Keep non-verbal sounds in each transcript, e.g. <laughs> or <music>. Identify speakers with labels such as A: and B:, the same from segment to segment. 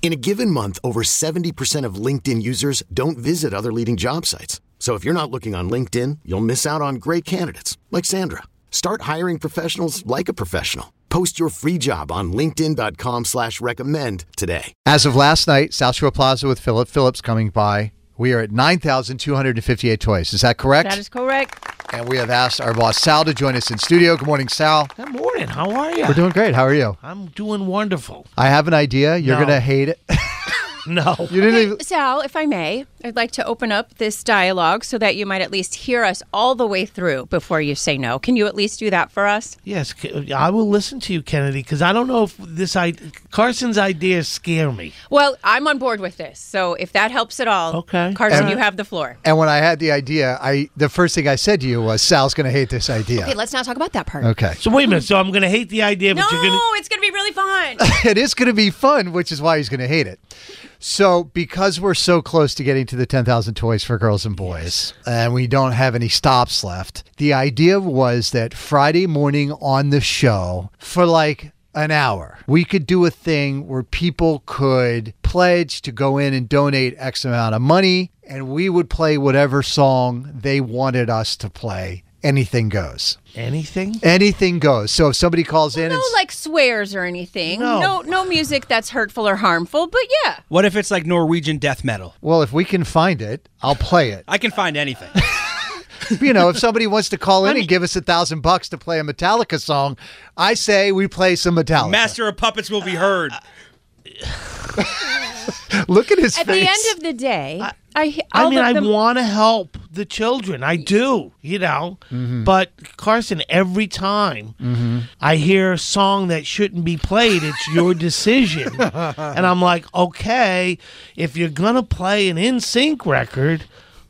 A: In a given month, over 70% of LinkedIn users don't visit other leading job sites. So if you're not looking on LinkedIn, you'll miss out on great candidates like Sandra. Start hiring professionals like a professional. Post your free job on linkedin.com slash recommend today.
B: As of last night, South Shore Plaza with Philip Phillips coming by. We are at 9,258 toys. Is that correct?
C: That is correct.
B: and we have asked our boss Sal to join us in studio. Good morning, Sal.
D: Good morning. How are you?
B: We're doing great. How are you?
D: I'm doing wonderful.
B: I have an idea. You're
D: No.
B: going to hate it. <laughs>
D: No.
B: you didn't even.
C: Sal, if I may, I'd like to open up this dialogue so that you might at least hear us all the way through before you say no. Can you at least do that for us?
D: Yes, K- I will listen to you, Kennedy, because I don't know if this I- Carson's ideas scare me.
C: Well, I'm on board with this. So if that helps at all,
D: Okay.
C: Carson,
B: And-
C: you have the floor.
B: And when I had the idea, I the first thing I said to you was, "Sal's going to hate this idea."
C: Okay, let's not talk about that part.
B: Okay.
D: So wait a minute. So I'm going to hate the idea,
C: No,
D: Uh, but you're going to.
C: it's going to be really fun.
D: <laughs>
B: it is going to be fun, which is why he's going to hate it. So, because we're so close to getting to the 10,000 toys for girls and boys, and we don't have any stops left, the idea was that Friday morning on the show, for like an hour, we could do a thing where people could pledge to go in and donate X amount of money, and we would play whatever song they wanted us to play. Anything goes.
D: Anything?
B: Anything goes. So if somebody calls in
C: no
B: and
C: like swears or anything.
D: No.
C: no, no music that's hurtful or harmful. But yeah,
E: What if it's like Norwegian death metal?
B: Well, if we can find it, I'll play it.
E: I can find <laughs> anything.
B: You know, if somebody wants to call in and give us a thousand bucks to play a Metallica song, I say we play some Metallica.
E: Master of Puppets will be heard.
B: Look at his
C: at
B: face.
C: the end <laughs> of the day, I, I,
D: I mean, I want to help the children. I do, you know. But Carson, every time I hear a song that shouldn't be played, it's your decision, and I'm like, okay, if you're gonna play an In Sync record,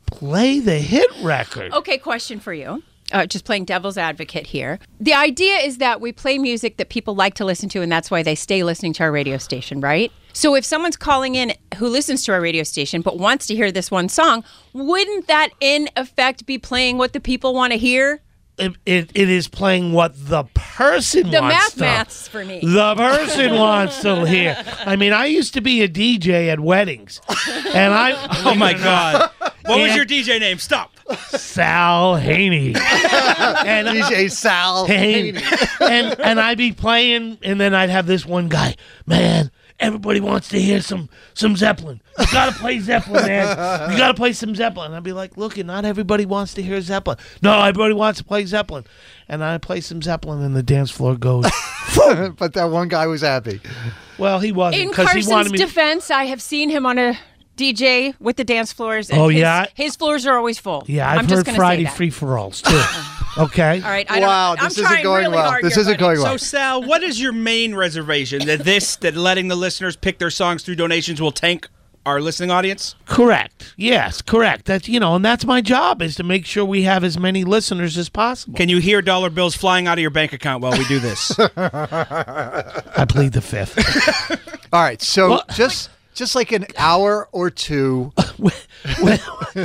D: play the hit record.
C: Okay, question for you. Uh, just playing devil's advocate here. The idea is that we play music that people like to listen to, and that's why they stay listening to our radio station, right? So if someone's calling in who listens to our radio station but wants to hear this one song, wouldn't that in effect be playing what the people want to hear?
D: It, it, it is playing what the person
C: The
D: wants
C: math
D: to.
C: maths for me.
D: The person wants to hear. I mean, I used to be a DJ at weddings, and I
E: <laughs> <laughs> Oh my God. What was
D: Yeah.
E: your DJ name? Stop.
D: Sal
E: <laughs>
D: Haney. and
B: DJ Sal.
D: Haney. <laughs> and and I'd be playing, and then I'd have this one guy, man. Everybody wants to hear some some Zeppelin. You gotta play Zeppelin, man. You gotta play some Zeppelin. And I'd be like, look, not everybody wants to hear Zeppelin. No, everybody wants to play Zeppelin. And I play some Zeppelin, and the dance
C: <laughs>
D: floor goes.
B: <laughs> but that one guy was happy.
D: well, he wasn't
C: In
D: because he
C: Carson's
D: wanted me.
C: defense, I have seen him on a DJ with the dance floors. and
D: Oh,
C: his,
D: yeah?
C: his floors are always full.
D: yeah, I've
C: am
D: heard
C: just gonna
D: Friday
C: say that.
D: free for
C: <laughs>
D: alls too. okay.
C: All right, I
B: wow,
C: don't, I'm
B: this
C: trying
B: isn't going
C: really
B: well.
C: hard
B: This
C: here,
B: isn't going
C: buddy.
E: So
B: well.
E: Sal, what is your main reservation? That this, that letting the listeners pick their songs through donations will tank our listening audience?
D: Correct. Yes, correct. That's you know, and that's my job is to make sure we have as many listeners as possible.
E: Can you hear dollar bills flying out of your bank account while we do <laughs> this?
D: I plead the fifth.
B: All right, so just just like an hour or two,
D: <laughs>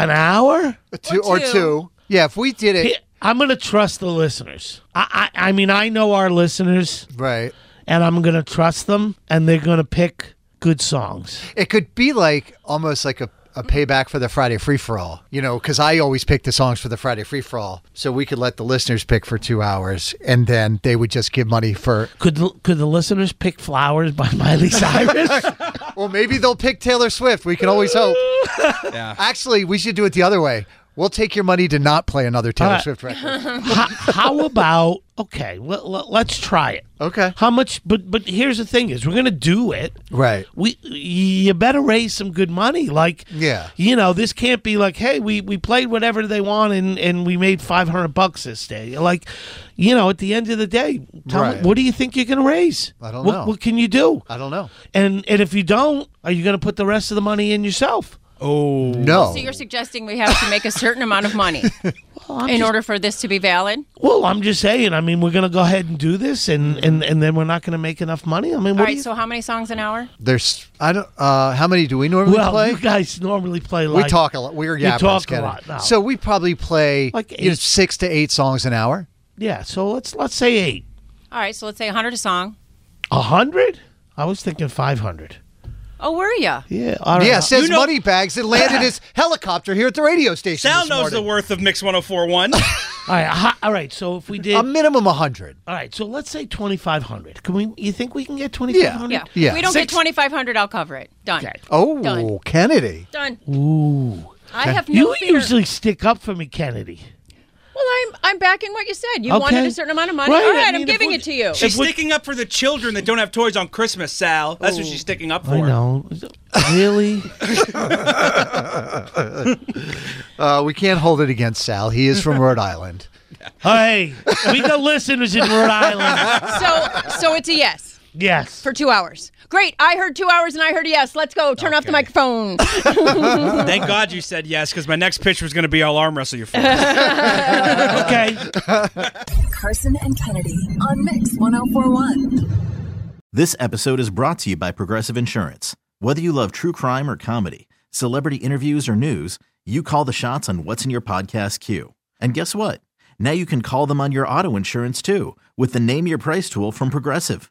D: An hour?
B: two or
C: two.
B: two. Yeah, if we did it
D: I'm gonna trust the listeners. I, I I mean I know our listeners
B: right,
D: and I'm gonna trust them and they're gonna pick good songs.
B: it could be like almost like a. A
C: Mm-hmm.
B: payback for the Friday free for all, you know, because I always pick the songs for the Friday free for all, so we could let the listeners pick for two hours, and then they would just give money for
D: Could the, could the listeners pick Flowers by <laughs> Miley Cyrus? <laughs>
B: Well, maybe they'll pick Taylor Swift. We can always hope. Actually, we should do it the other way. We'll take your money to not play another Taylor
D: Alright.
B: Swift record.
D: <laughs> how, how about okay? Let, let, us try it.
B: Okay.
D: How much? But but here's the thing: is we're gonna do it.
B: Right.
D: We you better raise some good money. Like
B: Yeah.
D: you know this can't be like hey we we played whatever they want and and we made five hundred bucks this day. Like you know at the end of the day, tell me,
B: Right.
D: what do you think you're gonna raise?
B: I don't
D: What-
B: know.
D: What can you do?
B: I don't know.
D: And and if you don't, are you gonna put the rest of the money in yourself?
B: No.
C: So you're suggesting we have to make a certain amount of
D: <laughs>
C: money in order for this to be valid?
D: Well, I'm just saying. I mean, we're gonna go ahead and do this,
B: Mm-hmm.
D: and and and then we're not gonna make enough money. I mean, what
C: All
D: do
C: right.
D: you
C: So how many songs an hour?
B: There's I don't uh how many do we normally
D: well,
B: play?
D: you guys normally play
B: we
D: like
B: talk a lot. We're
D: We
B: yappers,
D: talk a
B: Kennedy.
D: lot now.
B: So we probably play
D: Like
B: you know,
D: eight.
B: 6 to 8 songs an hour.
D: yeah. So let's let's say eight,
C: All right. So let's say 100 a song.
D: a hundred. I was thinking five hundred.
C: Oh, were ya?
D: Yeah, all right.
B: Yes,
E: You
B: his
E: know-
B: money bags that landed
D: <laughs>
B: his helicopter here at the radio station.
E: Sal
B: this
E: knows the
B: morning.
E: worth of Mix 1041. <laughs>
D: all right, a hu- all right. So if we did,
B: A minimum 100.
D: all right. So let's say twenty five hundred. Can we? You think we can get twenty five
C: Yeah.
D: hundred?
B: Yeah.
C: If we don't get
D: Six-
C: 2,500, I'll cover it. Done.
D: Okay.
B: Oh,
C: Done.
B: Kennedy.
C: Done.
D: Ooh,
C: I have no
D: you
C: fear.
D: usually stick up for me, Kennedy.
C: well, I'm I'm backing what you said. You wanted
D: Okay.
C: a certain amount of money.
D: Right,
C: All
D: I
C: right. I
D: mean,
C: am
D: if
C: giving
D: we-
C: it to you.
E: She's sticking up for the children that don't have toys on Christmas, Sal. That's what she's sticking up for.
D: I know. <laughs> Really?
B: Uh, we can't hold it against Sal. He is <laughs> from Rhode Island.
D: hey, we got listeners in
C: <laughs>
D: Rhode Island.
C: <laughs> so so it's a yes
D: Yes.
C: for two hours. Great. I heard two hours and I heard a yes. Let's go. Turn off the microphone.
E: Thank God you said yes, because my next pitch was going to be I'll arm wrestle your <laughs> face.
D: okay.
F: Carson and Kennedy on Mix 1041.
G: This episode is brought to you by Progressive Insurance. Whether you love true crime or comedy, celebrity interviews or news, you call the shots on what's in your podcast queue. And guess what? Now you can call them on your auto insurance too with the Name Your Price tool from Progressive.